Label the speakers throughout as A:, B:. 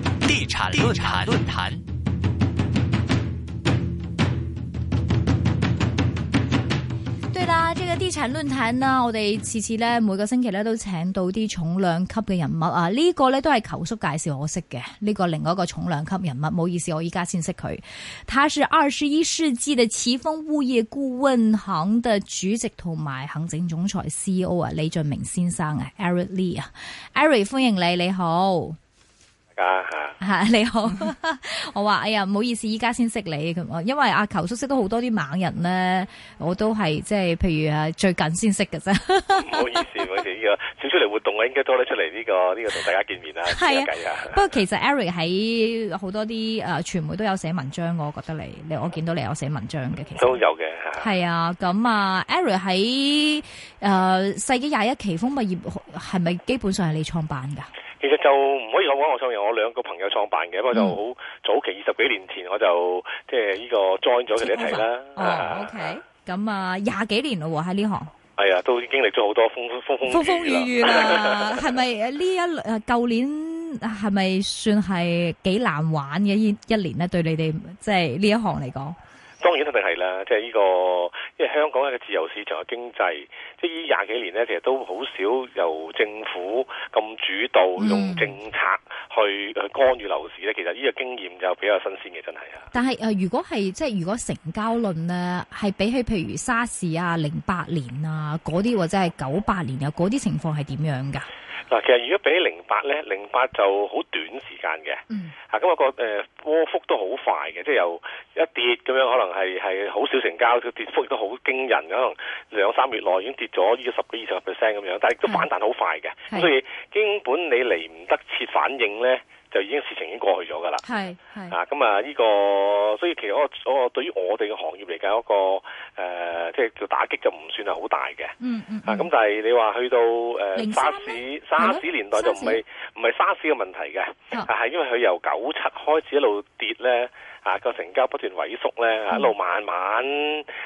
A: 產論壇。論壇
B: 對啦，呢個地產論壇啦，我哋次次咧每個星期咧都請到啲重量級嘅人物啊，呢個咧都係球叔介紹我識嘅，呢個另外一個重量級人物，唔好意思，我依家先識佢。他是二十一世紀嘅奇豐物業顧問行嘅主席同埋行政總裁 CEO 啊，李峻銘先生啊，Eric Lee 啊，Eric 歡迎你，你好。
C: 家 吓，
B: 吓啊你好，我話哎呀唔好意思，依家先識你咁啊，因為阿球叔識到好多啲猛人咧，我都係即係譬如啊最近先識嘅 啫，
C: 唔好意思，唔好意思，呢、個少出嚟活動啊，應該多啲出嚟呢、個呢、個同大家見面啊，
B: 係
C: 傾
B: 啊
C: 下偈啊
B: 不。過其實 Eric 喺好多啲誒傳媒都有寫文章嘅，我覺得你你我見到你有寫文章嘅，其
C: 都
B: 實
C: 有嘅吓，
B: 係啊，咁啊 Eric 喺誒世紀廿一奇豐物業係咪基本上係你創辦㗎？
C: 其實就唔可以咁講，我創業，我兩個朋友創辦嘅，不過
B: 嗯
C: 就好早期二十幾年前我就即係呢個 join 咗佢哋一齊啦。
B: 哦，OK，咁啊廿幾年咯喎喺呢行。
C: 係啊，都經歷咗好多風風
B: 風
C: 風
B: 風
C: 雨
B: 雨
C: 雨
B: 雨
C: 啦。
B: 啦， 係咪呢一誒舊年呃係咪算係幾難玩嘅一一年咧？對你哋即係呢一行嚟講，
C: 當然一定係啦，即係呢個，因為香港係一個自由市場嘅經濟，即係呢廿幾年呢，其實都好少由政府咁主導
B: 嗯
C: 用政策去去干預樓市呢。其實呢個經驗就比較新鮮嘅，真係啊。
B: 但係誒、呃如果係即係如果成交論咧，係比起譬如沙士啊、零八年啊嗰啲或者係九八年啊嗰啲情況係點樣㗎？
C: 嗱，其實如果比起零八呢，零八就好短時間嘅，
B: 嗯
C: 啊咁、個誒、呃波幅都好快嘅，即係由一跌咁樣，可能係係好少成交，個跌幅亦都好驚人，可能兩三月內已經跌咗呢個十幾二十個 percent 咁樣，但係亦都
B: 係
C: 反彈好快嘅，
B: 係
C: 咁所以基本你嚟唔得切反應呢，就已經事情已經過去咗㗎啦。
B: 係係
C: 啊，咁啊，呢個所以其實嗰個嗰個對於我哋嘅行業嚟講，嗰個誒即係叫打擊就唔算係好大嘅。
B: 嗯嗯
C: 啊，咁但係你話去到誒
B: 03
C: 沙
B: 咧
C: 士沙士年代就唔
B: 沙士
C: 係唔係沙士嘅問題嘅，
B: 啊
C: 啊係因為佢由九七開始一路跌咧，啊個成交不斷萎縮咧，
B: 嗯
C: 啊一路慢慢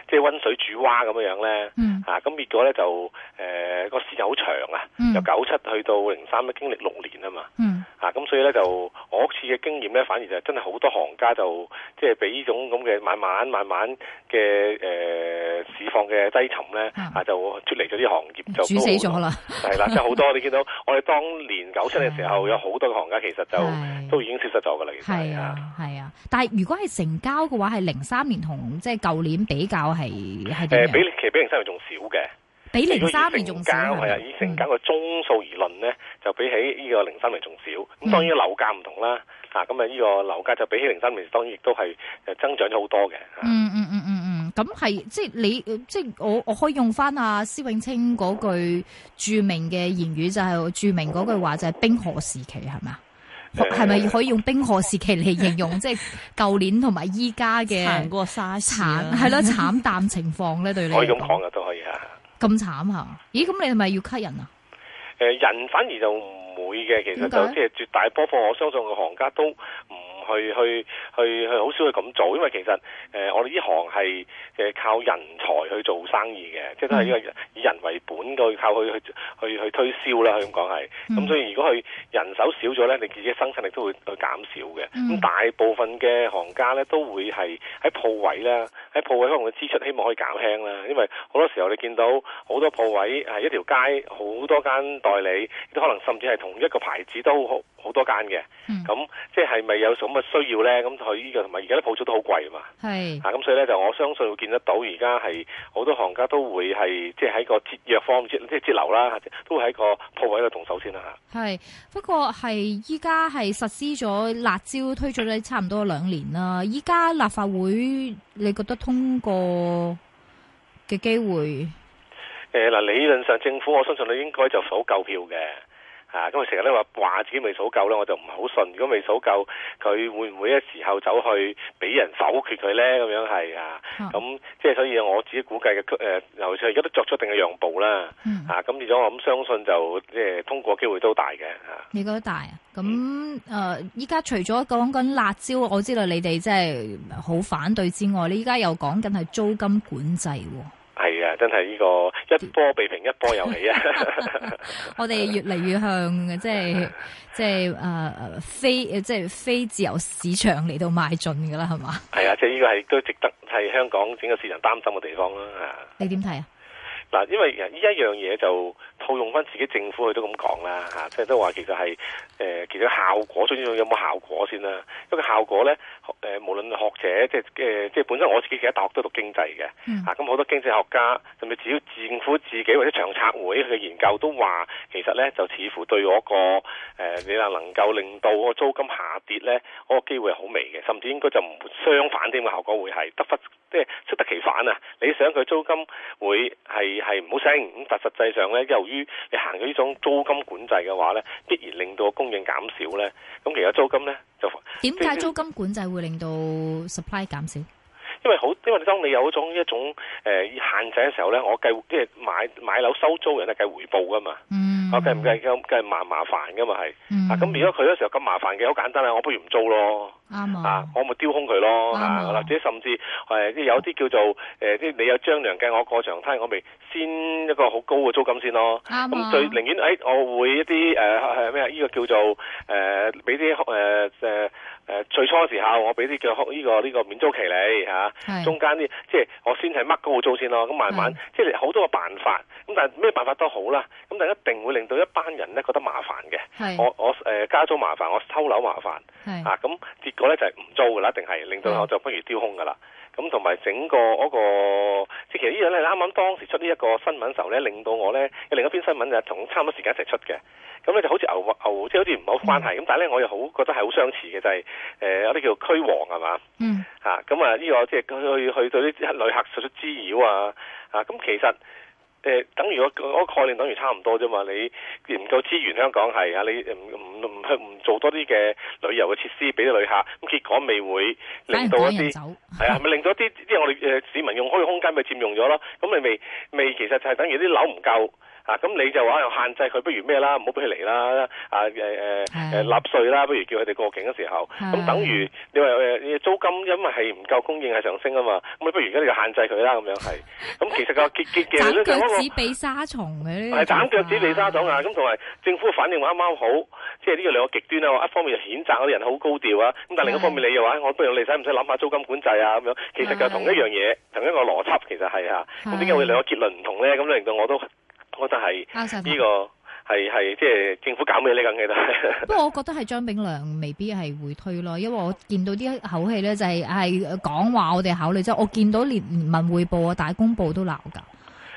C: 即係温水煮蛙咁樣樣咧，
B: 嗯
C: 啊咁結果咧就誒個時間好長啊
B: 嗯，
C: 由九七去到零三咧經歷六年啊嘛。
B: 嗯
C: 啊，咁所以咧就我屋企嘅經驗咧，反而就真係好多行家就即係俾呢種咁嘅慢慢慢慢嘅誒、呃市況嘅低沉咧，
B: 嗯
C: 啊就脱離咗啲行業就
B: 煮死咗啦，
C: 都好多，係啦，即係好多你見到我哋當年九七嘅時 候有好多嘅行家其實
B: 係
C: 就都已經消失咗㗎啦，其實
B: 係啊，係啊，但係如果係成交嘅話，係零三年同即係舊年比較係係
C: 誒
B: 點
C: 呃比
B: 樣？
C: 其實比零三年仲少嘅，
B: 比
C: 如果
B: 零
C: 以
B: 三年仲
C: 成
B: 少
C: 交
B: 係
C: 係啊，
B: 咪嗯
C: 以成交嘅宗數而論咧，就比起呢個零三年仲少。
B: 嗯
C: 咁當然樓價唔同啦，啊咁啊呢個樓價就比起零三年當然亦都係誒增長咗好多嘅。啊
B: 嗯嗯嗯嗯嗯，咁係即係你呃即係我我可以用翻阿施永青嗰句著名嘅言語就係、著名嗰句話就係冰河時期係咪啊？
C: 誒
B: 係咪可以用冰河時期嚟形 容即係舊年同埋依家嘅
D: 行過沙士啊
B: 慘係咯慘淡情況咧？對你嚟
C: 可以咁講嘅都可以啊嚇。
B: 咁慘嚇？咦咁你係咪要 cut 人啊？
C: 誒、人反呃而就唔會嘅，其實
B: 點
C: 就
B: 解
C: 即係絕大波幅，我相信個行家都唔去去去去好少去咁做，因為其實誒、呃我哋呢行係誒靠人才去做生意嘅，即係都
B: 嗯
C: 係呢個以人為本去靠佢去去去推銷啦，可以咁講係。
B: 嗯
C: 咁所以如果佢人手少咗咧，你自己生產力都會去減少嘅。咁、
B: 嗯
C: 大部分嘅行家咧都會係喺鋪位啦，喺鋪位方面嘅支出希望可以減輕啦，因為好多時候你見到好多鋪位係一條街好多間代理，亦都可能甚至係同一個牌子都好好多間嘅。
B: 嗯
C: 咁即係咪有咁嘅需要咧？咁佢呢個同埋而家啲鋪租都好貴啊嘛。
B: 係
C: 啊，咁所以咧就我相信會見得到，而家係好多行家都會係即係喺個節約方面，即係節流啦，都會喺個鋪位度動手先啦嚇。
B: 係，不過係依家係實施咗辣椒推咗咗差唔多兩年啦。依家立法會，你覺得通過嘅機會？
C: 誒嗱，理論上政府我相信你應該就數夠票嘅。啊，咁佢成日都話話自己未數夠咧，我就唔係好信。如果未數夠，佢會唔會一時候走去俾人否決佢咧？咁樣係啊，
B: 啊
C: 咁即係所以我自己估計嘅誒，尤其是而家都作出一定嘅讓步啦。
B: 嗯，
C: 啊，咁變咗我諗相信就即係通過機會都大嘅啊。
B: 你覺得大啊？咁誒，呃
C: 嗯
B: 依家除咗講緊辣椒，我知道你哋真係好反對之外，你依家又講緊係租金管制喎。
C: 係啊，真係呢、個一波未平一波又起啊！
B: 我哋越嚟越向即 係即係誒非即係非自由市場嚟到邁進噶啦，係嘛？
C: 係啊，即係呢個係都值得係香港整個市場擔心嘅地方啦。啊
B: 你點睇啊？
C: 嗱，因為呢一樣嘢就套用翻自己政府佢都咁講啦嚇，即係都話其實係誒、呃其實效果最重要有冇效果先啦。因為效果咧誒、呃，無論學者即係誒，即係本身我自己其實大學都讀經濟嘅啊
B: 嗯
C: 嚇，咁、好多經濟學家甚至只要政府自己或者長策會佢嘅研究都話，其實咧就似乎對嗰、個、呃、你話能夠令到個租金下跌咧，嗰、個機會係好微嘅，甚至應該就唔相反添嘅效果會係得忽即係適得其反啊！你想佢租金會係係唔好升，咁但實際上咧，由於你行咗呢種租金管制嘅話咧，必然令到供應減少咧，咁其實租金咧就
B: 點解租金管制會令到 supply 減少？
C: 因為好，因為當你有一種一種誒、呃限制嘅時候咧，我計即係買買樓收租人咧計回報噶嘛，
B: 嗯，
C: 我計唔計計計麻麻煩噶嘛係，
B: 嗯？
C: 啊咁如果佢嗰時候咁麻煩嘅，好簡單啦，我不如唔租咯。
B: 啱
C: 啊
B: 啊！，
C: 我咪丟空佢咯，
B: 啱啊
C: 啊，或者甚至誒，即係有啲叫做誒，即係你有張良計，我過長灘，我咪先一個好高嘅租金先咯。
B: 啱
C: 咁
B: 啊！
C: 最寧願誒，我會一啲誒誒咩啊？呢個叫做誒，俾啲誒誒誒最初嘅時候，我俾啲叫呃呢個呢個免租期你嚇，
B: 係
C: 中間啲即係我先係乜高嘅租先咯。咁慢慢
B: 係
C: 即係好多個辦法，咁但係咩辦法都好啦，咁但係一定會令到一班人咧覺得麻煩嘅。
B: 係
C: 我我誒加租麻煩，我收樓麻煩。
B: 係
C: 啊，咁結果咧就係唔租噶啦，一定係令到我就不如丟空噶啦。咁同埋整個嗰、個，即係其實呢樣咧，啱啱當時出呢一個新聞嘅時候咧，令到我咧有另一篇新聞就係同差唔多時間一齊出嘅。咁咧就好似牛牛，即係好似唔係好關係。咁但係咧，我又好覺得係好相似嘅，就係、誒有啲叫驅王係嘛
B: 嗯
C: 嚇。咁啊，呢、個即係去去對啲旅客作出滋擾啊啊！咁其實。誒、等於我我概念等於差唔多啫嘛，你唔夠資源，香港係啊，你唔唔唔去唔做多啲嘅旅遊嘅設施俾啲旅客，咁結果咪會令到
B: 反而
C: 一
B: 趕人
C: 啲
B: 走
C: 係啊，咪令到一啲即係我哋誒市民用開嘅空間咪佔用咗咯，咁你咪咪其實就係等於啲樓唔夠。啊，咁你就話又限制佢，不如咩啦，唔好俾佢嚟啦，啊誒誒
B: 係
C: 誒納税啦，不如叫佢哋過境嘅時候，咁
B: 係
C: 等於你話誒你租金因為係唔夠供應係上升啊嘛，咁你不如而家你就限制佢啦，咁樣係，咁其實個結結嘅
B: 斬
C: 咧就嗰個
B: 腳趾避沙蟲嘅呢個做法
C: 係哎斬腳趾避沙黨啊！咁同埋政府反應啱啱好，即係呢個兩個極端啊！一方面就譴責嗰啲人好高調啊，咁但另一方面你又話我不如你使唔使諗下租金管制啊咁樣？其實就同一樣嘢，同一個邏輯其實係啊。咁點解會兩個結論唔同咧？咁令到我都覺得係
B: 拗晒頭
C: 呢個係係即係政府搞咩呢咁嘅都係。
B: 不過我覺得係張炳良未必係會推咯，因為我見到啲口氣咧就係係講話我哋考慮啫。我見到連文匯報啊、大公報都鬧㗎，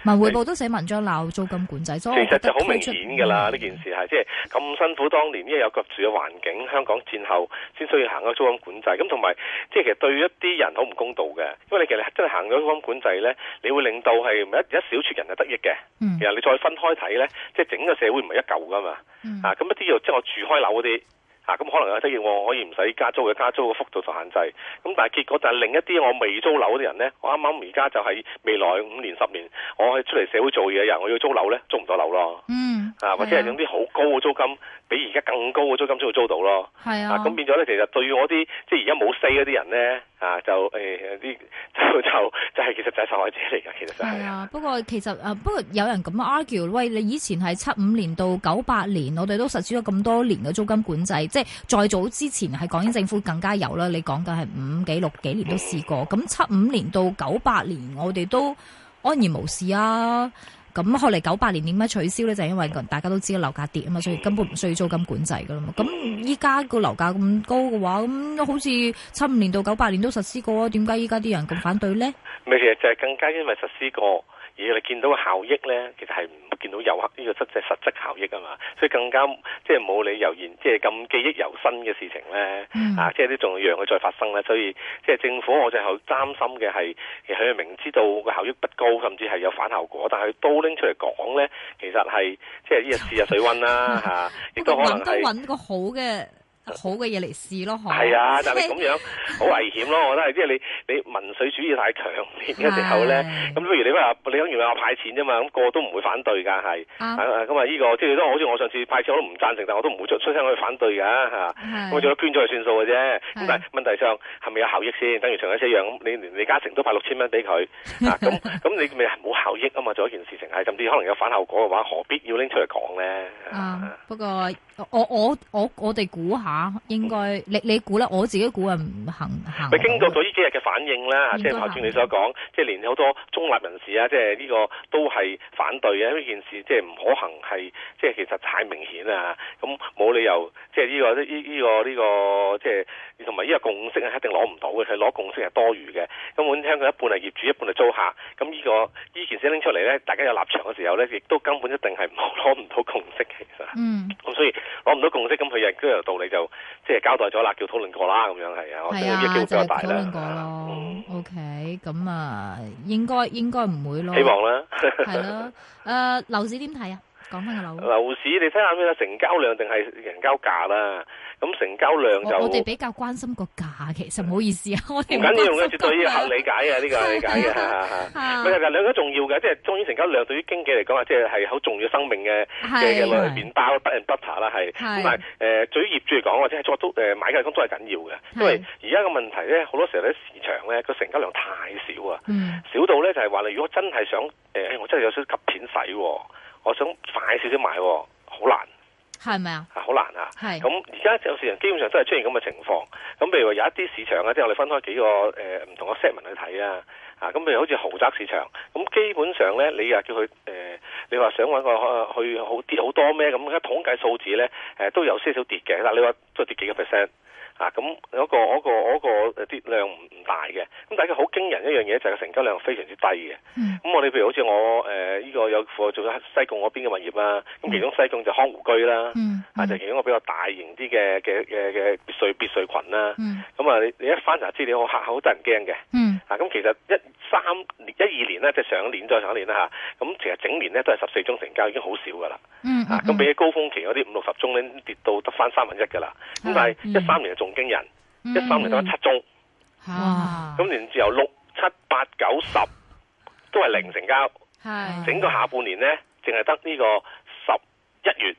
B: 文匯報都寫文章鬧租金管制，所以
C: 其
B: 我
C: 實
B: 覺
C: 就
B: 得
C: 好明
B: 推出
C: 顯㗎啦，呢件事係即係咁辛苦，當年因為有夾住嘅環境，香港戰後先需要行嗰個租金管制，咁同埋即係其實對一啲人好唔公道嘅，因為你其實真係行咗租金管制呢，你會令到係一一小撮人係得益嘅，
B: 嗯
C: 其實你再分開睇呢，即係整個社會唔係一嚿㗎嘛。
B: 嗯
C: 啊，咁一啲又即係我住開樓嗰啲。啊，咁可能有啲嘢我可以唔使加租嘅，加租嘅幅度受限制。咁但係結果就係另一啲我未租樓嗰啲人呢，我啱啱而家就係未來五年十年，我係出嚟社會做嘢嘅人，我要租樓呢，租唔到樓咯。
B: 嗯
C: 啊，或者係用啲好高嘅租金，比而家更高嘅租金先會租到咯。
B: 係啊
C: 啊，咁變咗咧，其實對我啲即係而家冇 say 嗰啲人咧，啊就誒啲、 就就就係其實就係受害者嚟㗎，其實就係、
B: 係啊，不過其實啊，不過有人咁 argue，喂，你以前係七五年到九八年，我哋都實施咗咁多年嘅租金管制，即係再早之前係港英政府更加有啦。你講緊係五幾六幾
C: 嗯
B: 年都試過，咁七五年到九八年我哋都安然無事啊。咁後嚟九八年點解取消呢？就係因為大家都知樓價跌啊嘛，所以根本唔需要租金管制噶啦嘛。咁依家個樓價咁高嘅話，咁好似七五年到九八年都實施過啊，點解依家啲人咁反對呢？
C: 咪其實就係更加因為實施過，而你見到嘅效益咧，其實係唔見到有效呢、個實際實質效益啊嘛，所以更加即係冇理由言即係咁記憶猶新嘅事情咧，
B: 嗯
C: 啊，即係啲仲要讓佢再發生咧，所以即係政府我就係好擔心嘅係，其實佢明知道個效益不高，甚至係有反效果，但係佢都拎出嚟講咧，其實係即係呢日試下水温啦嚇，亦
B: 不
C: 都
B: 過
C: 可能
B: 揾都
C: 係。
B: 揾個好嘅好嘅嘢嚟試咯，嗬
C: 係啊，但係咁樣好危險咯，我覺得係即係你你民粹主義太強烈嘅時候咧，
B: 係
C: 咁不如你話你諗完話派錢啫嘛，咁、個個都唔會反對㗎，係啊
B: 啱，
C: 咁啊呢個即係都好似我上次派錢我都唔贊成，但我都唔會出出聲去反對㗎嚇。
B: 係
C: 咁最多捐咗就算數嘅啫。咁
B: 係
C: 但係問題上係咪有效益先？等於上一次一樣，咁你連李嘉誠都派六千蚊俾佢，啊咁咁你咪冇效益啊嘛？做一件事情係，甚至可能有反效果嘅話，何必要拎出嚟講咧？
B: 啊，不過我我我我哋估下，應該你你估啦，我自己估啊，唔行行
C: 咪經過咗呢幾日嘅反應啦，
B: 應
C: 即
B: 該
C: 係頭先你所講，即係連好多中立人士啊，即係呢個都係反對嘅，因為呢件事即係唔可行，係即係其實太明顯啦，咁冇理由即係呢個呢呢呢個呢個即係同埋呢個共識係一定攞唔到嘅，佢攞共識係多餘嘅，根本香港一半係業主，一半係租客，咁呢個呢件事拎出嚟咧，大家有立場嘅時候咧，亦都根本一定係冇 攞唔到共識嘅，其實。
B: 嗯，
C: 咁所以攞唔到共識，咁佢亦都有道理就即係交代咗啦，叫討論過啦，咁樣係啊，我
B: 係
C: 相信呢
B: 啊
C: 個機會，比
B: 就
C: 較
B: 係
C: 大
B: 討
C: 啦
B: 論。過
C: 嗯
B: 咯。OK，咁啊，應該應該唔會咯，
C: 希望啦，
B: 係 咯。誒，樓市點睇啊？講翻個樓，我
C: 樓市你睇下咩啦，成交量定係成交價啦。咁成交量就
B: 我哋比較關心個價，其實唔好意思啊，我哋
C: 唔緊要嘅，
B: 關心
C: 絕對
B: 個
C: 要
B: 價
C: 理解嘅， 呢個係理解嘅。
B: 啊
C: 唔係，其實兩個都重要嘅，即係當然成交量對於經紀嚟講啊，即係係好重要生命嘅
B: 係
C: 嘅嘅麵包 bread and butter 啦，
B: 係
C: 係。咁但係誒，對於業主嚟講，或者係作都誒買家嚟講都係緊要嘅，因為而家嘅問題咧，好多時候咧市場咧個成交量太少啊。
B: 嗯
C: 少到咧就係話你如果真係想誒、哎我真係有少少急錢使喎，我想快少少買喎，好難
B: 係咪啊？
C: 啊，好難啊！
B: 係
C: 咁而家有市場基本上真係出現咁嘅情況。咁譬如話有一啲市場啊，即係我哋分開幾個誒呃唔、同嘅 segment 去睇啊。啊，咁譬如好似豪宅市場，咁基本上咧，你又叫佢誒、呃你話想揾個呃去好跌好多咩？咁而家統計數字咧，誒、都有些少跌嘅，但係你話都係跌幾個 percent。啊，咁嗰、個嗰、個嗰、個跌量唔唔大嘅，咁但係佢好驚人一樣嘢就係個成交量非常之低嘅。
B: 嗯
C: 咁我哋譬如好似我誒呢個有貨做咗西貢嗰邊嘅物業啦，咁其中西貢就康湖居啦，
B: 嗯
C: 啊就其中一個比較大型啲嘅嘅嘅嘅別墅別墅群啦。
B: 嗯
C: 咁啊，你你一翻查資料，我嚇好得人驚嘅。
B: 嗯
C: 啊，咁其實一三一二年咧，即係上一年再上一年啦嚇，咁其實整年咧都係十四宗成交，已經好少噶啦。
B: 嗯
C: 啊，咁比起高峰期嗰啲五六十宗咧，跌到得翻三分一噶啦。咁但係
B: 嗯
C: 一三年就仲驚人，一三年得翻七宗，
B: 哇
C: 咁連自由六七八九十都係零成交。
B: 係
C: 整個下半年呢，淨係得呢個十一月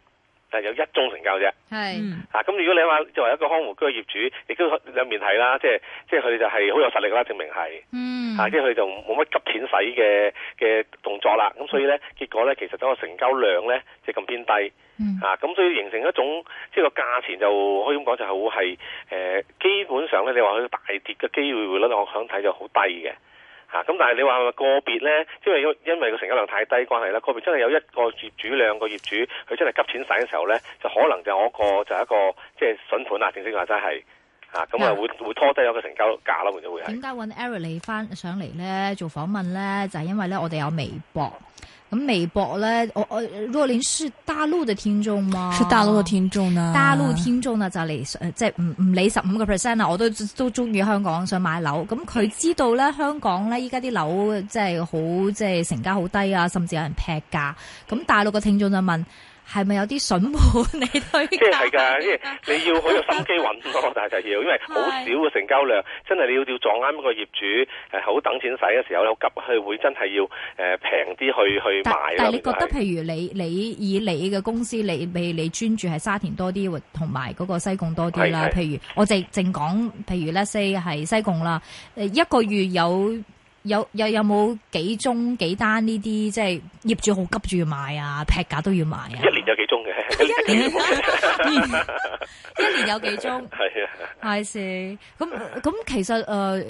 C: 係有一宗成交啫。
B: 係
A: 嗯
C: 啊，咁如果你話作為一個康湖居嘅業主，亦都兩面睇啦，即係即係佢哋就係好有實力啦，證明係。
B: 嗯
C: 啊，即係佢哋就冇乜急錢使嘅嘅動作啦，咁所以呢，結果呢，其實嗰個成交量呢，即係咁偏低。
B: 嗯
C: 啊，咁所以形成一種即係個價錢就可以咁講就係好係誒，基本上咧你話佢大跌嘅機會率，我想睇就好低嘅。嚇、咁但係你話係咪個別咧，因為因為個成交量太低關係啦，個別真係有一個業主兩個業主，佢真係急錢使嘅時候咧，就可能就我個就係一個即係筍盤啊啦，正式話真係嚇，咁啊
B: 嗱
C: 會會拖低咗個成交價咯，換咗會係
B: 點。解揾 Eric 嚟翻上嚟咧做訪問咧？就係、因為咧我哋有微博，咁微博咧，我我若琳是大陸嘅聽眾嘛，
A: 是大陸的。聽眾呢？
B: 大陸聽眾啊，就嚟呃即係唔唔理十五個 percent 啊，我都都中意香港，想買樓。咁
A: 嗯
B: 佢知道咧，香港咧依家啲樓即係好即係成交好低啊，甚至有人劈價。咁大陸嘅聽眾就問：係咪有啲筍盤你推 介？
C: 即係係㗎，即係你要好有心機揾咯，但係就要，因為好少嘅成交 量，真係你要要撞啱一個業主，誒好等錢使嘅時候咧，好急，佢會真係要誒平啲去去
B: 但
C: 賣
B: 但係
C: 咯。
B: 你覺
C: 其實
B: 得
C: 係
B: 譬如你你以你嘅公司，你你你專注係沙田多啲，或同埋嗰個西貢多啲啦。
C: 係係
B: 譬如我淨淨講，譬如 let's say 係西貢啦，誒一個月有有有有冇幾宗幾單呢啲，即係業主好急住要買啊，劈價都要買啊。
C: 一年有幾宗嘅？
B: 一年一年有幾宗
C: 係啊，
B: I see 咁咁其實誒。呃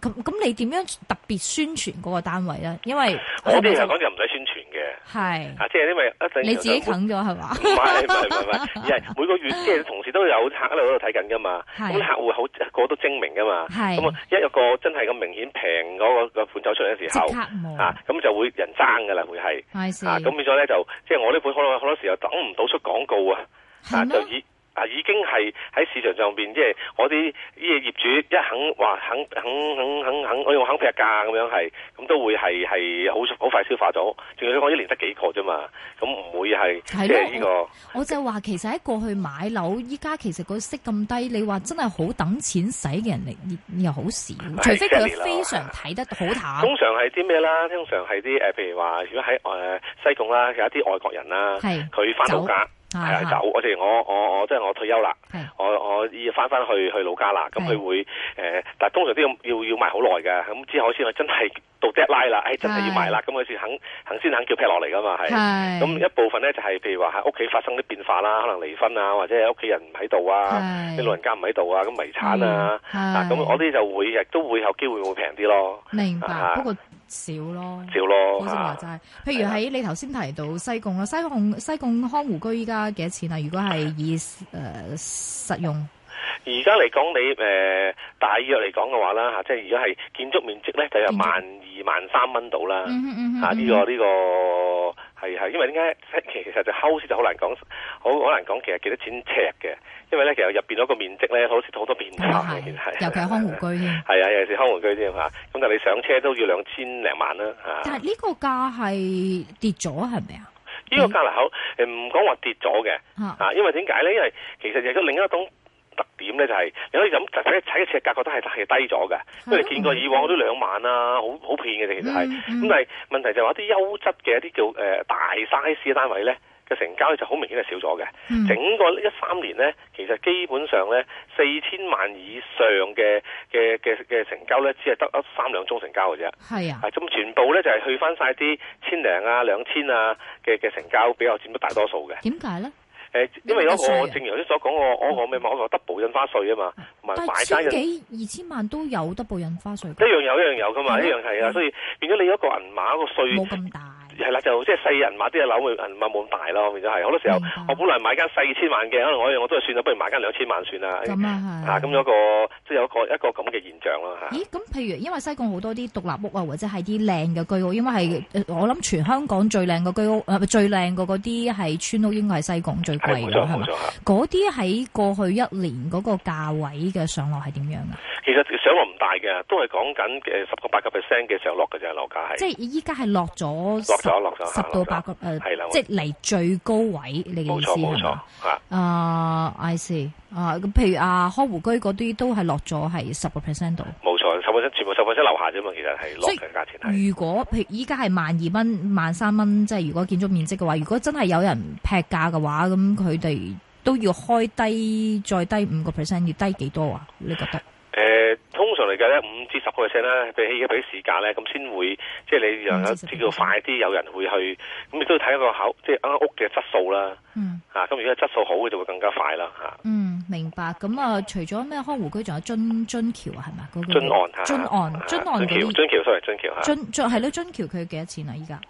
B: 咁咁，你點樣特別宣傳嗰個單位咧？因為
C: 我
B: 係
C: 啲
B: 咪
C: 人
B: 就
C: 講就唔使宣傳嘅，
B: 係
C: 啊，即係因為一陣
B: 你自己啃咗係嘛？
C: 唔係唔係唔係唔係，而係每 個月即係同事都有客喺度睇緊噶嘛，
B: 係
C: 咁客戶好個個都精明噶嘛，
B: 係
C: 咁啊一有個真係咁明顯平嗰個個款走出嚟嘅時
B: 即
C: 候，
B: 刻冇
C: 啊咁就會人爭噶啦，會係。
B: I see
C: 啊，咁變咗咧就即係我呢本好多好多時候等唔到出廣告啊，啊
B: 係
C: 就
B: 咩？
C: 以啊，已經係喺市場上邊，即係我啲呢啲業主一肯話肯肯肯肯肯，我用肯劈價咁樣係，咁都會係係好好快消化咗。仲要我一年得幾個啫嘛，咁唔會係
B: 係咯
C: 即係呢個。
B: 我就話其實喺過去買樓，依家其實個息咁低，你話真係好等錢使嘅人嚟又好少，除非佢非常睇得好淡。
C: 通常係啲咩啦？通常係啲誒，譬如話，如果喺誒、呃西貢啦，有一啲外國人啦，
B: 係
C: 佢翻老家
B: 走
C: 係啊
B: 啊
C: 走。我哋我我我即係我退休啦，
B: 係
C: 我我要翻翻去去老家啦。咁
B: 係
C: 佢會誒、呃但係通常都要要要賣好耐㗎。咁之後先係真係到 deadline 啦，誒、哎真係要賣啦，咁佢先肯肯先肯叫劈落嚟㗎嘛，係。
B: 係
C: 咁一部分咧就係、譬如話喺屋企發生啲變化啦，可能離婚啊，或者係屋企人唔喺度啊，
B: 係
C: 啲老人家唔喺度啊，咁遺產啊，
B: 嗯
C: 啊咁
B: 係
C: 我啲就會亦都會有機會會平啲咯。
B: 明白，
C: 啊
B: 不過少咯。
C: 照咯
B: 好似話齋，
C: 嚇，
B: 譬
C: 啊
B: 如喺你頭先提到西貢啦，西貢西貢康湖居依家幾多錢啊？如果係以誒、呃、實用，
C: 而家嚟講你誒、呃大約嚟講嘅話啦嚇，即係而家係建築面積咧就有
B: 建築
C: 萬二萬三蚊到啦
B: 嗯哼嗯哼
C: 嚇，啊呢
B: 嗯
C: 個
B: 哼
C: 呢個係係，因為點解 其實就 house 就好難講，好好難講其實幾多錢尺嘅，因為咧其實入邊嗰個面積咧好似好多變
B: 咁
C: 化
B: 啊
C: 嘅，其實
B: 係，尤其係康湖居添。
C: 係啊，尤其是康湖居添嚇，咁但係你上車都要兩千零萬啦嚇。
B: 但係呢個價係跌咗係咪啊？
C: 呢個隔離口誒唔講話跌咗嘅
B: 啊
C: 啊，因為點解咧？因為其實亦都另一種特點咧，就係你可以咁睇睇嘅尺價，覺得係係低咗嘅，因為你見過以往嗰啲兩萬啊，好好騙嘅其實係。
B: 嗯嗯
C: 咁但係問題就係話啲優質嘅一啲叫誒、呃大 size 嘅單位咧。呃嘅成交咧就好明顯係少咗嘅，
B: 嗯
C: 整個一三年咧，其實基本上咧四千萬以上嘅嘅嘅嘅成交咧，只係得得三兩宗成交嘅啫。
B: 係啊，
C: 啊，咁全部咧就係、去翻晒啲千零啊、兩千啊嘅嘅成交比較佔咗大多數嘅。
B: 點解咧？
C: 誒、因為
B: 呢個
C: 嗰
B: 稅啊
C: 個正如頭先所講，我我我咪我個 double 印花税啊嘛，同埋
B: 但
C: 買
B: 係
C: 家
B: 千
C: 印
B: 幾二千萬都有得報印花稅
C: 一
B: 㗎，
C: 樣有一樣有噶嘛，
B: 係
C: 一
B: 咯
C: 樣係啊，
B: 嗯
C: 所以變咗你嗰個銀碼個
B: 冇
C: 税
B: 咁大。
C: 係啦，就即係細銀碼啲嘅樓會銀碼冇咁大咯，變咗係好多時候
B: 明白
C: 我本來買間四千萬嘅，可能我我都係算啦，不如買間兩千萬算啦。
B: 咁啊係
C: 啊，咁有一個即係有一個一個咁嘅現象咯嚇。
B: 咦，咁譬如因為西貢好多啲獨立屋啊，或者係啲靚嘅居屋，因為係呃我諗全香港最靚嘅居屋，呃最靚嘅嗰啲係村屋，應該係西貢最
C: 係
B: 貴
C: 冇
B: 啦，
C: 錯
B: 係
C: 冇
B: 嘛？
C: 錯嚇。
B: 嗰啲喺過去一年嗰個價位嘅上落係點樣啊？
C: 其實上落唔大嘅，都係講緊誒十個八個 percent 嘅上落嘅啫，樓價係。
B: 即係依家係落咗
C: 落咗落咗
B: 十
C: 落咗
B: 到八個誒
C: 係啦，
B: 即係離最高位你嘅
C: 冇
B: 意思
C: 錯冇
B: 係
C: 錯
B: 嘛？
C: 嚇，
B: 啊，I see 啊，咁譬如啊康湖居嗰啲都係落咗係十個 percent 度。
C: 冇錯，十 percent 全部十 percent 樓下啫嘛，其實係落嘅價錢係。
B: 如果譬如依家係萬二蚊、萬三蚊，即係如果建築面積嘅話，如果真係有人劈價嘅話，咁佢哋都要開低再低五個 percent，要低幾多啊？你覺得？
C: 誒、呃通常嚟計咧，五至十個 percent 咧，比起比起市價咧，咁先會即係你又有
B: 五至10%
C: 啲叫快啲有人會去，咁亦都要睇一個考，即係間屋嘅質素啦。
B: 嗯
C: 啊，咁如果質素好嘅就會更加快啦啊嚇。
B: 嗯，明白。咁啊，除咗咩康湖居，仲有津津橋啊，係咪？嗰個
C: 津岸嚇，
B: 津岸
C: 啊
B: 津岸
C: 津橋，
B: 嗰啲
C: 津橋，sorry，津橋嚇。
B: 津津係咯，津橋佢幾多錢啊？依家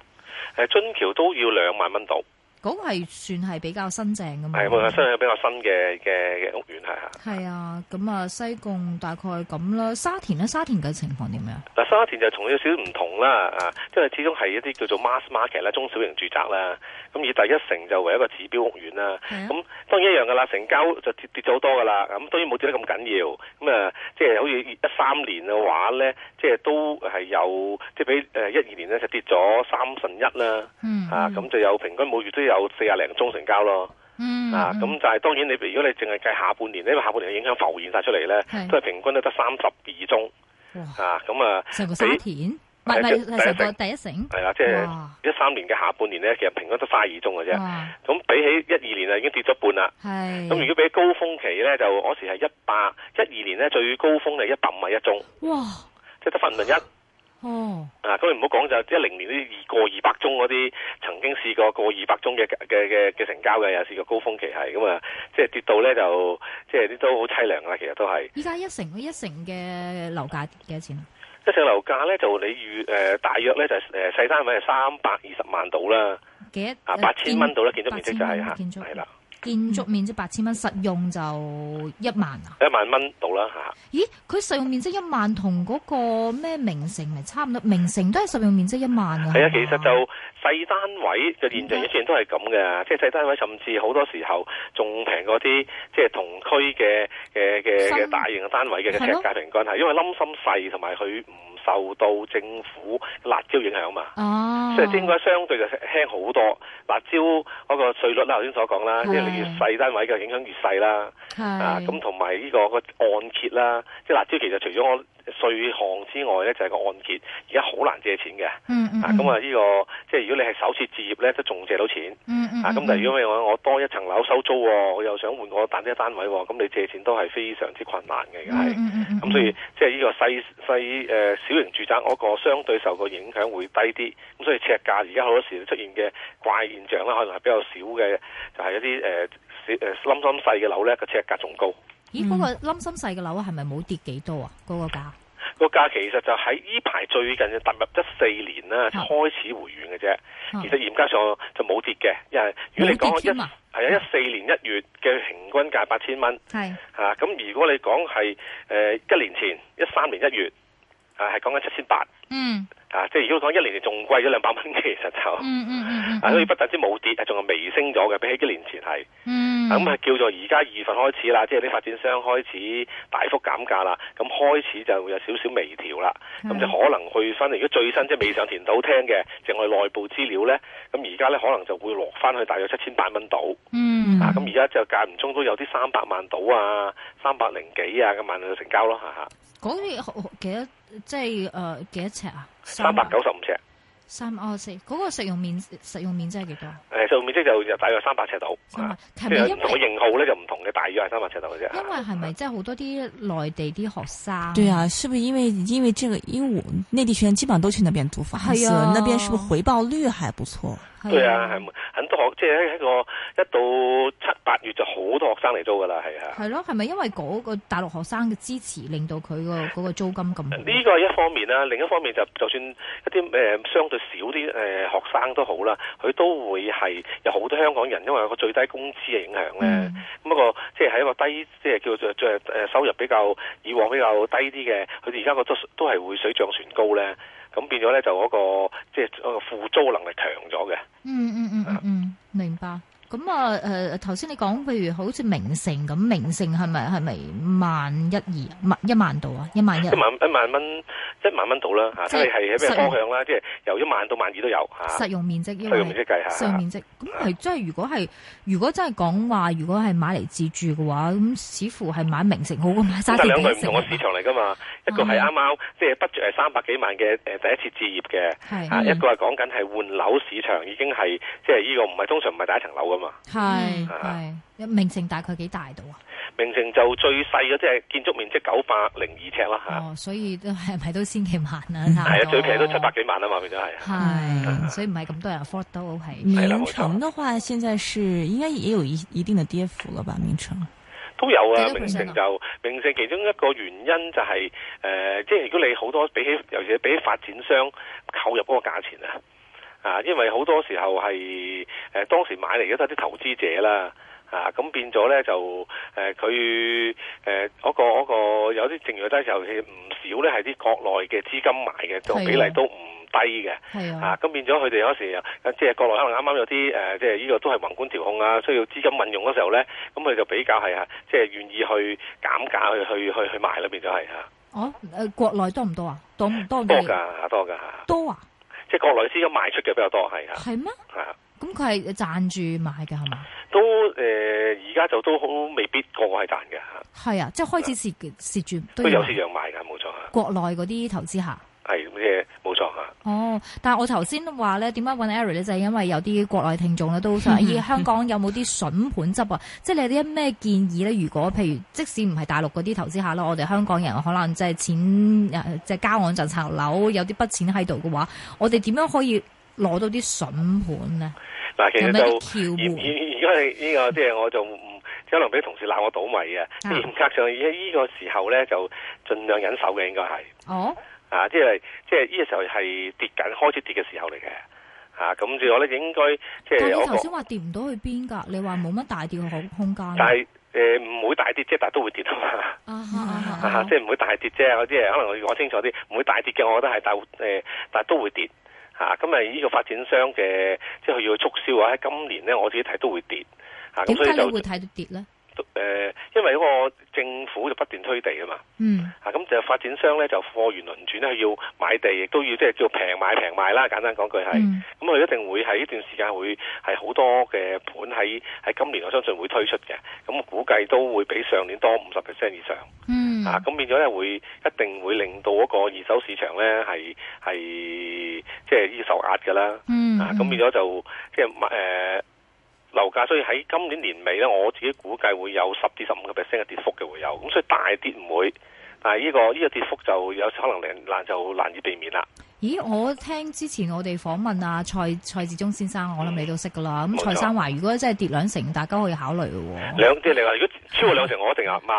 C: 誒，津橋都要兩萬蚊度，
B: 嗰個係算係比較新淨噶嘛？
C: 係冇錯，新係比較新嘅嘅嘅屋苑係嚇。
B: 係啊，咁啊，西貢大概咁啦。沙田咧，沙田嘅情況點樣？
C: 嗱，沙田就同有少少唔同啦，啊，因為始終係一啲叫做 mass market 啦，中小型住宅啦，咁以第一城就為一個指標屋苑啦。
B: 係啊
C: 咁當然一樣噶啦，成交就跌跌咗好多噶啦，咁當然冇跌得咁緊要，咁啊，即係好似一三年嘅話咧，即係都係有，即係比誒一二年咧就跌咗三分一啦，
B: 嗯
C: 啊，咁就有平均每月都有四廿零宗成交咯。
B: 嗯
C: 啊，
B: 嗯
C: 咁但係當然你如果你淨係計下半年呢，因為下半年嘅影響浮現晒出嚟咧
B: 係，
C: 都係平均都得三十二宗
B: 哇
C: 啊，咁啊，
B: 成個沙田，唔係唔
C: 係
B: 係成
C: 第一
B: 個第一城，
C: 係啦，即
B: 哇
C: 係一三年嘅下半年咧，其實平均得卅二宗嘅啫。
B: 哇，
C: 咁比起一二年啊，已經跌咗半啦。
B: 係
C: 咁如果比起高峰期咧，就嗰時係一百一二年咧最高峰係一百五十一宗，
B: 哇
C: 即係得分分一
B: 哦，
C: 啊！咁你唔好講就一零年呢二過二百宗嗰啲，曾經試過過二百宗嘅嘅嘅嘅成交嘅，有試過高峰期係咁啊，即係跌到咧就即係啲都好凄涼啦，其實都係。
B: 依家一城一城嘅樓價幾多錢啊？
C: 一隻樓價咧就你預誒、呃大約咧就誒、呃、細單位係三百二十萬到啦，啊
B: 幾多
C: 啊八千蚊到啦，建築面積就係嚇，
B: 建築
C: 係啦。
B: 建築面積八千蚊，實用就一萬啊？
C: 一萬蚊到啦嚇。
B: 咦，佢實用面積一萬同嗰個咩名城咪差唔多？名城都係實用面積一萬啊。
C: 係啊，
B: 係嘛
C: 其實就細單位嘅
B: 嗯
C: 現象一樣都係咁嘅，即係細單位甚至好多時候仲平過啲即係同區嘅嘅嘅
B: 深
C: 嘅大型嘅單位嘅嘅
B: 係咯
C: 尺價平均係，因為冧心細同埋佢唔受到政府辣椒影響嘛。
B: 啊，
C: 即係應該相對就輕好多，辣椒嗰個稅率啦，頭先所講啦，
B: 係
C: 即係你越細單位嘅影響越細啦。啊，
B: 係
C: 咁同埋呢個個按揭啦，即係辣椒其實除咗我税項之外咧，就係、個按揭，而家好難借錢嘅。
B: 嗯嗯
C: 啊，咁啊呢個即係如果你係首次置業咧，都仲借到錢。
B: 嗯嗯
C: 啊，咁但係如果我我多一層樓收租喎，我又想換個大啲嘅單位喎，咁你借錢都係非常之困難
B: 嗯
C: 嘅，而家係。咁所以即係呢個細細誒小型住宅嗰個相對受個影響會低啲，咁所以尺價而家好多時出現嘅怪現象啦，可能係比較少嘅，就係、一啲誒小誒冧冧細嘅樓咧個尺價仲高。
B: 咦，嗰個冧心細嘅樓係咪冇跌幾多啊？嗰個價
C: 個價其實就喺呢排最近踏入一四年啦，
B: 啊
C: 開始回軟嘅啫。
B: 啊
C: 其實嚴格上就冇跌嘅，因為如果你
B: 冇
C: 講
B: 跌
C: 一
B: 添啊
C: 係啊一四年一月嘅平均價八千蚊
B: 係
C: 嚇，咁、如果你講係誒一年前一三年一月啊係講緊七千八。
B: 嗯
C: 啊，即係如果講一年仲貴咗兩百蚊， 其實就、
B: 嗯嗯嗯
C: 啊，所以不但止冇跌，係仲係微升咗嘅，比起一年前係，
B: 嗯
C: 咁係、叫做而家二月份開始啦，即係啲發展商開始大幅減價啦，咁開始就會有少少微調啦，咁
B: 嗯
C: 就可能去翻，如果最新即係未上田島廳嘅，淨係我哋內部資料呢，咁而家呢可能就會落翻去大約七千八蚊度，
B: 嗯
C: 啊，咁而家就間唔中都有啲三百萬度啊，三百零幾啊咁萬嘅成交咯，嚇嚇，
B: 嗰啲幾多即係誒幾多尺啊？
C: 三百九十五尺，
B: 三哦四，嗰個實用面實用面積係幾多啊？
C: 誒，實用面積就就大約三百尺度。
B: 三百
C: 啊
B: 係
C: 即係
B: 咪
C: 有
B: 因
C: 唔同嘅
B: 為
C: 型號咧就唔同嘅，大約係三百尺度嘅啫。
B: 因為係咪即係好多啲內地啲學生？
A: 对啊，是不是因为因为这个，因为我内地学生基本上都去那边读房
B: 哎
A: 子，
B: 呀
A: 那边是不是回报率还不错？
B: 係
C: 對啊，係很多學，即係喺一個一到七八月就好多學生嚟租噶啦，係啊。
B: 係咯，係咪因為嗰個大陸學生嘅支持，令到佢 個嗰個租金咁好？
C: 嗯呢個係一方面啦，另一方面就就算一啲誒、呃相對少啲誒、呃、學生都好啦，佢都會係有好多香港人，因為有個最低工資嘅影響咧，
B: 嗯
C: 咁、一個即係喺一個低，即係叫做即係誒收入比較以往比較低啲嘅，佢哋而家個都都係會水漲船高咧，咁變咗咧就嗰、個即係嗰個付租能力強咗嘅。
B: 嗯嗯嗯嗯嗯，明白。咁啊，誒頭先你講，譬如好似名城咁，名城係咪係咪萬一二萬一萬度啊？一萬一
C: 一萬一萬蚊一萬蚊到啦嚇，
B: 即
C: 睇
B: 係
C: 你係喺咩方向啦，即係由一萬到萬二都有嚇
B: 實。用面積，因
C: 實用面
B: 為
C: 積啊計
B: 實用
C: 下，
B: 面積咁係真係，如果係如果真係講話，如果係買嚟自住嘅話，咁似乎係買名城好過買沙
C: 但
B: 田
C: 係兩
B: 第一
C: 個唔同嘅市
B: 城。
C: 場嚟㗎嘛，一個係
B: 啊
C: 啱啱即係 budget 係三百幾萬嘅誒第一次置業嘅，
B: 係
C: 啊
A: 嗯
C: 一個係講緊係換樓市場已經係即係呢個唔係通常唔係第一層樓㗎嘛，
B: 係係
C: 啊
B: 嗯名城大概幾大度啊？
C: 名城就最細嗰即係建築面積九百零二尺啦嚇，
B: 哦，所以都係咪都千幾 萬啊？
C: 係
B: 係
C: 啊最平都七百嗯幾萬啊嘛，變咗係。
B: 係，所以唔係咁多人 afford 到係。
C: 哎那
A: 名
C: 我
A: 城的话，现在是应该也有一一定的跌幅了吧？名城
C: 都有啊，
B: 幾多
C: 名
B: percent 啊
C: 城就名城其中一個原因就係、呃即係如果你好多比起，尤其是比起發展商購入嗰個價錢啊，啊，因為好多時候係誒、呃、當時買嚟嘅都係啲投資者啦。啊，咁變咗咧就誒佢誒嗰個嗰、個有啲正如低時候，唔少咧係啲國內嘅資金買嘅，就比
B: 係啊
C: 例都唔低嘅。
B: 係啊
C: 啊，。咁變咗佢哋有時又即係國內可能啱啱有啲誒、呃即係呢個都係宏觀調控啊，需要資金運用嗰時候咧，咁佢就比較係啊，即係願意去減價去去去去賣啦，變咗係嚇
B: 哦，誒、國內多唔多啊？多唔多
C: 多
B: 嘅？
C: 㗎嚇多㗎嚇，
B: 多啊？
C: 即係國內資金賣出嘅比較多係啊嚇
B: 係咩？
C: 嚇，
B: 咁佢係賺住買嘅係嘛？
C: 都誒而家就都好未必個個係賺嘅嚇，
B: 係啊，即係開始蝕嘅蝕住都
C: 嗯都有
B: 要
C: 市場賣㗎冇錯嚇，
B: 國內嗰啲投資客。
C: 係咁嘅冇錯啊嚇。
B: 哦，但係我頭先話咧，點解揾 Eric 咧，就係、因為有啲國內聽眾咧都想，咦，香港有冇啲筍盤執啊？即係你有啲咩建議咧？如果譬如即使唔係大陸嗰啲投資客啦，我哋香港人可能即係錢呃即係交按就層樓，有啲筆錢喺度嘅話，我哋點樣可以攞到啲筍盤咧？
C: 嗱，其
B: 有
C: 實
B: 咩
C: 就
B: 啲竅
C: 而
B: 門？
C: 而而家係呢個即係我就唔可能俾同事鬧我倒米啊，即係嚴格上而家呢個時候咧就盡量忍手嘅應該係。
B: 哦，
C: 啊，即係即係呢個時候係跌緊開始跌嘅時候嚟嘅。嚇。咁所以我咧應該即
B: 但
C: 係
B: 係
C: 我
B: 你
C: 覺
B: 頭先話跌唔到去邊㗎？你話冇乜大跌嘅空空間。
C: 但係誒唔會大跌啫，但係都會跌啊嘛。
B: 啊哈啊哈
C: 啊
B: 啊哈
C: 即係唔會大跌啫，嗰啲誒可能我要講清楚啲，唔會大跌嘅，我覺得係但誒，但係都會跌嚇。咁啊咪呢個發展商嘅，即係佢要促銷啊，喺今年咧，我自己睇都會跌嚇。
B: 點
C: 咁所
B: 解
C: 以就
B: 你會睇到跌咧？
C: 誒，因為嗰個政府就不斷推地啊嘛。
B: 嗯
C: 啊，咁就發展商咧就貨源輪轉咧，佢要買地，亦都要即係叫平買平賣啦。簡單講句係，
B: 嗯
C: 咁佢、一定會喺呢段時間會係好多嘅盤喺喺今年，我相信會推出嘅。咁我估計都會比上年多五十 percent 以上。
B: 嗯
C: 啊，咁變咗咧會一定會令到嗰個二手市場咧係係即係要受壓㗎啦。
B: 嗯
C: 啊，咁變咗就即係誒樓價，所以喺今年年尾咧，我自己估計會有十至十五個 percent 嘅跌幅嘅會有，咁所以大跌唔會，但係呢個呢個跌幅就有時可能難難就難以避免啦。
B: 咦，我聽之前我哋訪問啊蔡蔡志忠先生，我諗你都識噶啦。
C: 嗯冇
B: 咁
C: 錯
B: 蔡生話，如果真係跌兩成，大家可以考慮嘅喎。
C: 兩即係你話如果超過兩成，我一定有買。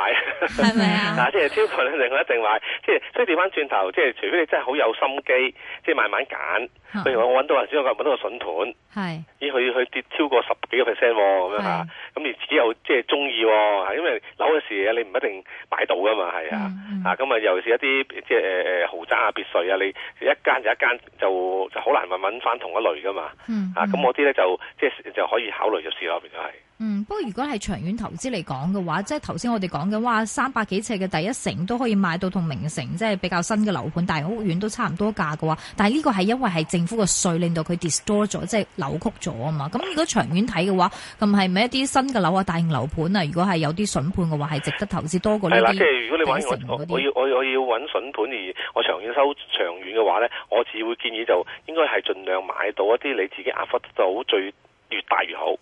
A: 係咪啊？
C: 嗱，即係超過兩成，我一定買。即係所以調翻轉頭，即係除非你真係好有心機，即係慢慢揀。譬如我揾到啊，只我揾到個筍盤。
B: 係
C: 咦，佢佢跌超過十幾個 percent 喎，咁樣嚇
B: 係，
C: 咁你自己又即係中意喎，嚇因為樓嘅時啊你唔一定買到噶嘛，係啊
B: 嗯嗯，
C: 啊咁啊，尤其是一啲即係誒誒豪宅啊、別墅啊，你一間就一間就就好難揾揾翻同一類噶嘛，
B: 嗯
C: 啊咁我啲咧就即係就可以考慮入市咯，變咗係。
B: 嗯，不過如果係長遠投資嚟講嘅話，即係頭先我哋講嘅，哇，三百幾尺嘅第一城都可以買到同名城，即係比較新嘅樓盤，但係屋苑都差唔多價嘅話，但係呢個係因為係政府嘅稅令到佢 distort 咗，即係扭曲咗啊嘛。咁如果長遠睇嘅話，咁係咪一啲新嘅樓啊、大型樓盤啊，如果係有啲筍盤嘅話，係值得投資多過呢
C: 係啦，
B: 啲
C: 即係如果你
B: 底
C: 揾
B: 層
C: 我
B: 嗰，啲
C: 我要我我要揾筍盤而我長遠收長遠嘅話咧，我只會建議就應該係盡量買到一啲你自己壓得到最越大越好。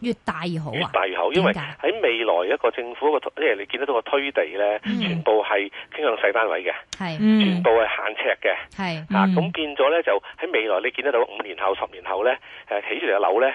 B: 越大越好
C: 越
B: 啊？
C: 大越好，因為
B: 點解
C: 喺未來一個政府一個，因為你見得到個推地咧，
B: 嗯
C: 全部係傾向細單位嘅，
B: 係
C: 全
A: 嗯
C: 部係限尺嘅，
B: 係
A: 嗯
C: 啊，咁變咗咧就喺未來你見得到五年後、十年後咧，誒起出嚟嘅樓咧，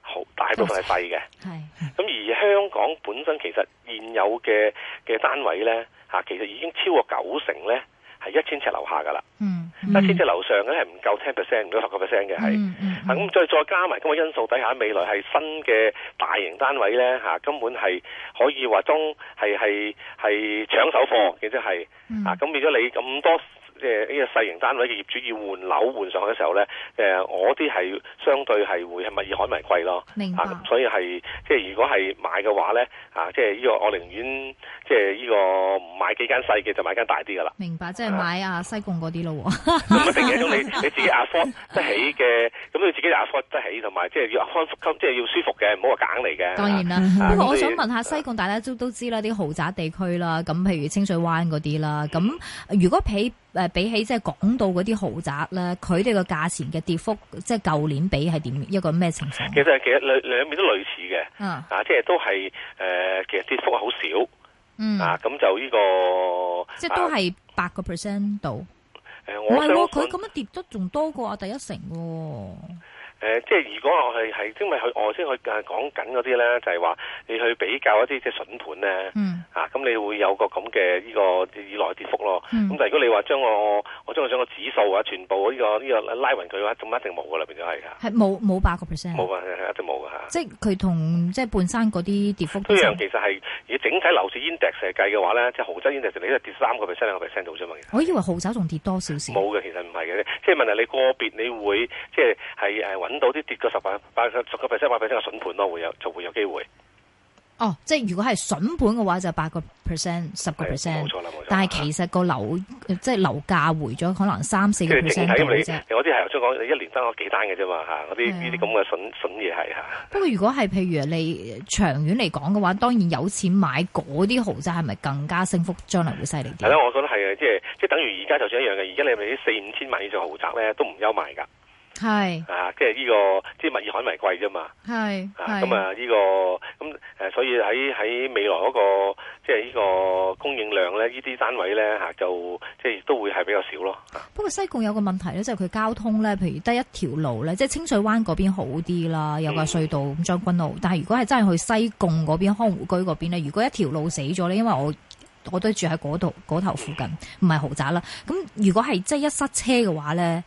C: 好大部分係細嘅，
B: 係
C: 咁而香港本身其實現有嘅嘅單位咧，嚇其實已經超過九成咧係一千尺樓下㗎啦，
B: 嗯嗯
C: 一千尺樓上嘅係唔夠 ten percent，唔夠十個 percent 嘅係。
B: 嗯嗯
C: 啊，咁再再加埋咁嘅因素底下，未來係新嘅大型單位咧嚇、根本係可以話當係係係搶手貨嘅，即係
B: 嗯
C: 啊，咁變咗你咁多誒呢個細型單位嘅業主要換樓換上去嘅時候咧，誒、我啲係相對係會係物以罕為貴咯。
B: 明白
C: 啊，咁所以係即係如果係買嘅話咧，啊，即係呢個我寧願即係呢個唔買幾間細嘅，就買間大 啲噶啦。
B: 明白，即係買啊西貢嗰啲咯喎。
C: 咁一定嘅，咁你你自己 afford 得起嘅，咁你自己 afford 得起，同埋即係要康復，即係要舒服嘅，唔好話硬嚟 嘅。
B: 當然啦
A: 嗯，
B: 不過
C: 啊
B: 我
C: 咁
B: 想
C: 你
B: 問下西貢，大家都都知啦，啲豪宅地區啦，咁譬如清水灣嗰啲啦，咁如果比誒比起即係港島嗰啲豪宅咧，佢哋個價錢嘅跌幅，即係舊年比係點一個咩情
C: 其
B: 況？
C: 實其實兩兩面都類似嘅，
B: 啊，
C: 啊，即係都係誒、呃其實跌幅係好少
B: 嗯，
C: 啊，咁就呢、個
B: 即係都
C: 啊
B: 係八個 percent 度，
C: 誒，
B: 唔
C: 我
B: 係
C: 相
B: 喎，佢
C: 信
B: 咁樣跌得仲多過啊第一城喎，
C: 誒，呃即係如果我係係因為佢我先去誒講緊嗰啲咧，就係話你去比較一啲即係筍盤咧。
B: 嗯
C: 啊，咁你會有個咁嘅呢個以內跌幅咯。咁、
B: 嗯
C: 但係如果你話將我我將佢將個指數啊，全部呢、個呢、個拉勻佢嘅話，咁一定冇噶啦，變咗係啊，
B: 係冇冇八個 percent，
C: 冇啊，一定冇噶嚇。
B: 即係佢同即係半山嗰啲跌幅
C: 一
B: 都差
C: 樣
B: 唔多。
C: 其實係以整體樓市 index 嚟計嘅話咧，即係豪宅 index 你都係跌三個 percent 兩個 percent 到啫嘛，其實。
B: 我以為豪宅仲跌多少少，
C: 冇嘅，其實唔係嘅，即係問題你個別你會即係係誒揾到啲跌個十八八十個 percent 八 percent 嘅筍盤咯，會有就會有機會。
B: 哦，即係如果係筍盤嘅話就八個 percent、十個
C: 係
B: percent
C: 冇。錯啦，冇錯啦。
B: 但係其實個樓呃即係樓價回咗可能三四
C: 即
B: 個
C: 係整
B: percent
C: 體
B: 到
C: 咁，
B: 嘅啫。
C: 你我啲係頭先講，你一年得嗰幾單嘅啫嘛嚇，嗰啲
B: 係啊
C: 呢啲咁嘅筍筍嘢係嚇。
B: 不過如果係譬如你長遠嚟講嘅話，當然有錢買嗰啲豪宅係咪更加升幅將來會犀利
C: 係
B: 啲？
C: 啦，我覺得係啊，即係即係等於而家就算一樣嘅，而家你咪啲四五千萬以上豪宅咧都唔憂賣㗎，
B: 係
C: 啊，即係呢個即係物以罕為貴啫嘛，
B: 係
C: 啊，咁啊呢個咁誒，所以喺喺未來嗰個即係呢個供應量咧，呢啲單位咧嚇就即係都會係比較少咯。
B: 不過西貢有個問題咧，就係佢交通咧，譬如得一條路咧，即係清水灣嗰邊好啲啦，有個隧道咁將軍澳。但係如果係真係去西貢嗰邊康湖居嗰邊咧，如果一條路死咗咧，因為我我都住喺嗰度嗰頭附近，唔係豪宅啦。咁如果係即係一塞車嘅話咧，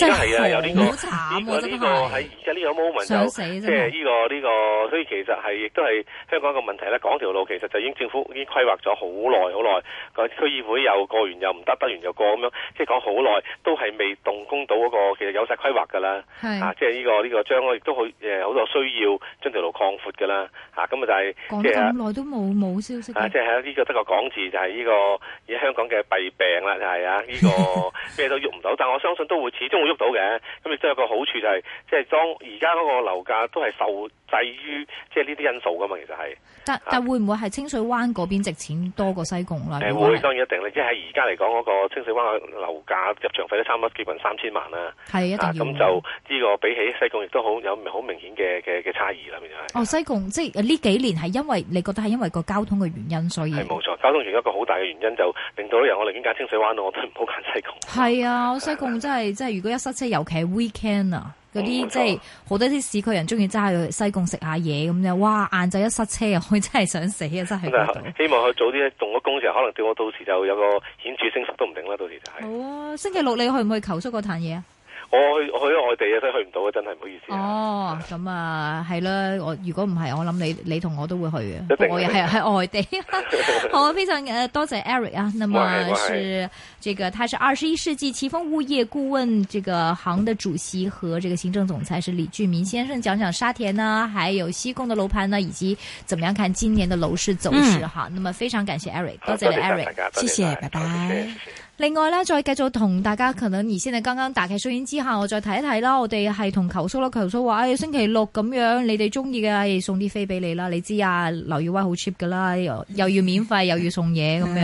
C: 而家係啊，有呢、
B: 真
C: 個
B: 係好慘啊！
C: 呢個
B: 真
C: 呢個
B: 係
C: 喺而家呢個 moment
B: 想
C: 就
B: 死真
C: 即係
B: 係。
C: 呢個呢個，所以其實係亦都係香港一個問題咧。港條路其實就已經政府已經規劃咗好耐好耐，個區議會又過完又唔得，得完又過咁樣，即係講好耐都係未動工到嗰個，其實有晒規劃㗎啦。啊
B: 係，
C: 即係呢個呢個將來亦都好誒好多需要將條路擴闊㗎啦。嚇咁啊就係
B: 講
C: 即
B: 咗
C: 係啊
B: 咁耐都冇冇消息
C: 啊，
B: 嘅
C: 即，係呢個得個講字就係呢個而家香港嘅弊病啦，就 係啊呢個咩都喐唔到，但我相信都會始終會喐到嘅。咁亦都有個好處就係，即係當而家嗰個樓價都係受制於即係呢啲因素噶嘛，其實係。
B: 但但會唔會係清水灣嗰邊值錢多過西貢啦？
C: 誒
B: 如果
C: 會
B: 係啊
C: 當然一定咧，即係喺而家嚟講嗰個清水灣嘅樓價入場費都差唔多接近三千萬啦。
B: 係一定
C: 啊，
B: 要
C: 咁
B: 嘅
C: 就呢個比起西貢亦都好有好明顯嘅嘅嘅差異啦，變咗係。
B: 哦，西貢即係呢幾年係因為你覺得係因為個交通嘅原因，所以
C: 係冇錯，交通源一個好大嘅原因就令到啲人我寧願揀清水灣咯，我都唔好揀西貢。
B: 係啊，西貢真 係真係，如果一塞車，尤其係 weekend 啊，嗰啲
C: 冇錯
B: 即係好多啲市區人中意揸去西貢食下嘢咁樣，哇！晏晝一塞車啊，我真係想死啊，真係
C: 咁
B: 喺
C: 但
B: 嗰度
C: 係。希望佢早啲動咗工時候，可能對我到時就有個顯著升幅都唔定啦。到時就係、
B: 好啊，星期六你去唔去求叔嗰壇嘢啊？
C: 我去我去咗外地啊，所以去唔到啊，真係唔好意思啊。
B: 哦，咁啊，係啦，我如果唔係，我諗你你同我都會去嘅，
C: 定
B: 不過我又係喺外 地。好啊，非常呃多謝 Eric 啊，那
C: 哇係
B: 么
C: 哇
B: 是这个他是二十一世纪奇峰物业顾问这个行的主席和这个行政总裁是李俊民先生，讲讲沙田呢，还有西贡的楼盘呢，以及怎么样看今年的楼市走势哈。那么非常感謝 Eric，嗯
C: 好
B: 哦多謝你
C: 多晒
B: Eric
C: 大。家，多
A: 謝謝
C: 晒
A: 拜拜
C: 好謝謝謝謝
B: 另外咧，再繼續同大家，可能而先你剛剛打劇水影之下，我再睇一睇啦。我哋係同球叔啦，球叔話：，哎，星期六咁樣，你哋中意嘅，哎送啲飛俾你啦。你知啊，劉耀威好 cheap 噶啦，又又要免費，又要送嘢咁
A: 嗯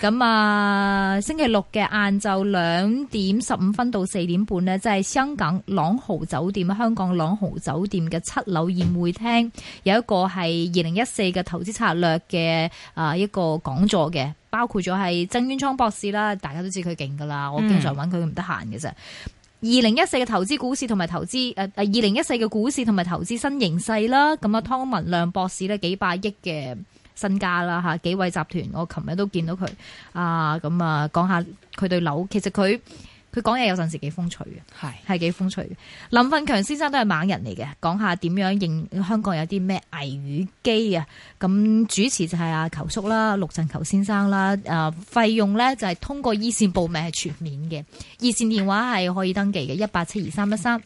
B: 樣。咁啊，星期六嘅晏晝兩點十五分到四點半呢，即係香港朗豪酒店、啊香港朗豪酒店嘅七樓宴會廳，有一個係二零一四嘅投資策略嘅啊一個講座嘅。包括咗係曾淵滄博士啦，大家都知佢勁噶啦，我經常揾佢佢唔得閒嘅啫。二零一四嘅投資股市同埋投資誒誒，二零一四嘅股市同埋投資新形勢啦。咁啊，湯文亮博士咧幾百億嘅身家啦嚇，幾位集團我琴日都見到佢啊，咁啊講下佢對樓，其實佢佢講嘢有陣時幾風趣嘅，
A: 係
B: 係幾風趣嘅。林奮強先生都係猛人嚟嘅，講下點樣應香港有啲咩危與機啊。咁主持就係阿球叔啦、陸振球先生啦。誒、費用咧就係通過依線報名係全面嘅，熱線電話係可以登記嘅，一八七二三一三。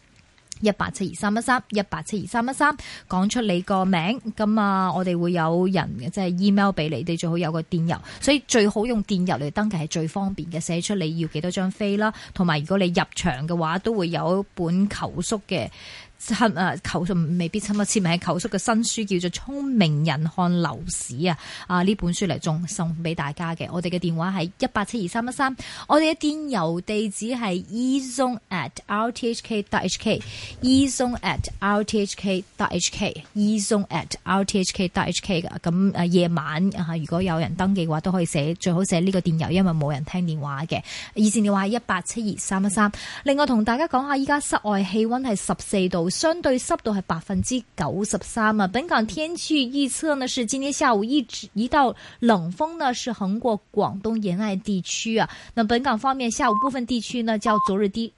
B: 一八七二三一三一八七二三一三，講出你個名，咁啊，我哋會有人嘅，即係 email 俾你，你最好有個電郵，所以最好用電郵嚟登記係最方便嘅，寫出你要幾多張飛啦，同埋如果你入場嘅話，都會有一本求叔嘅。親啊，求叔未必親啊，簽名係求叔嘅新書叫做《聰明人看樓市》啊！啊，呢本書嚟仲送俾大家嘅。我哋嘅電話係一八七二三一三，我哋嘅電郵地址係 ezone at rthk dot hk。ezone，E at rthk dot hk ezone at rthk dot hk 噶。咁誒夜晚啊，如果有人登記嘅話，都可以寫最好寫呢個電郵，因為冇人聽電話嘅。熱線電話係一八七二三一三。另外同大家講下，依家室外氣温係十四度，相對濕度係百分之九十三啊。本港天氣預測呢是今天下午一直一道冷鋒呢是橫過廣東沿岸地區啊。那本港方面，下午部分地區呢較昨日低。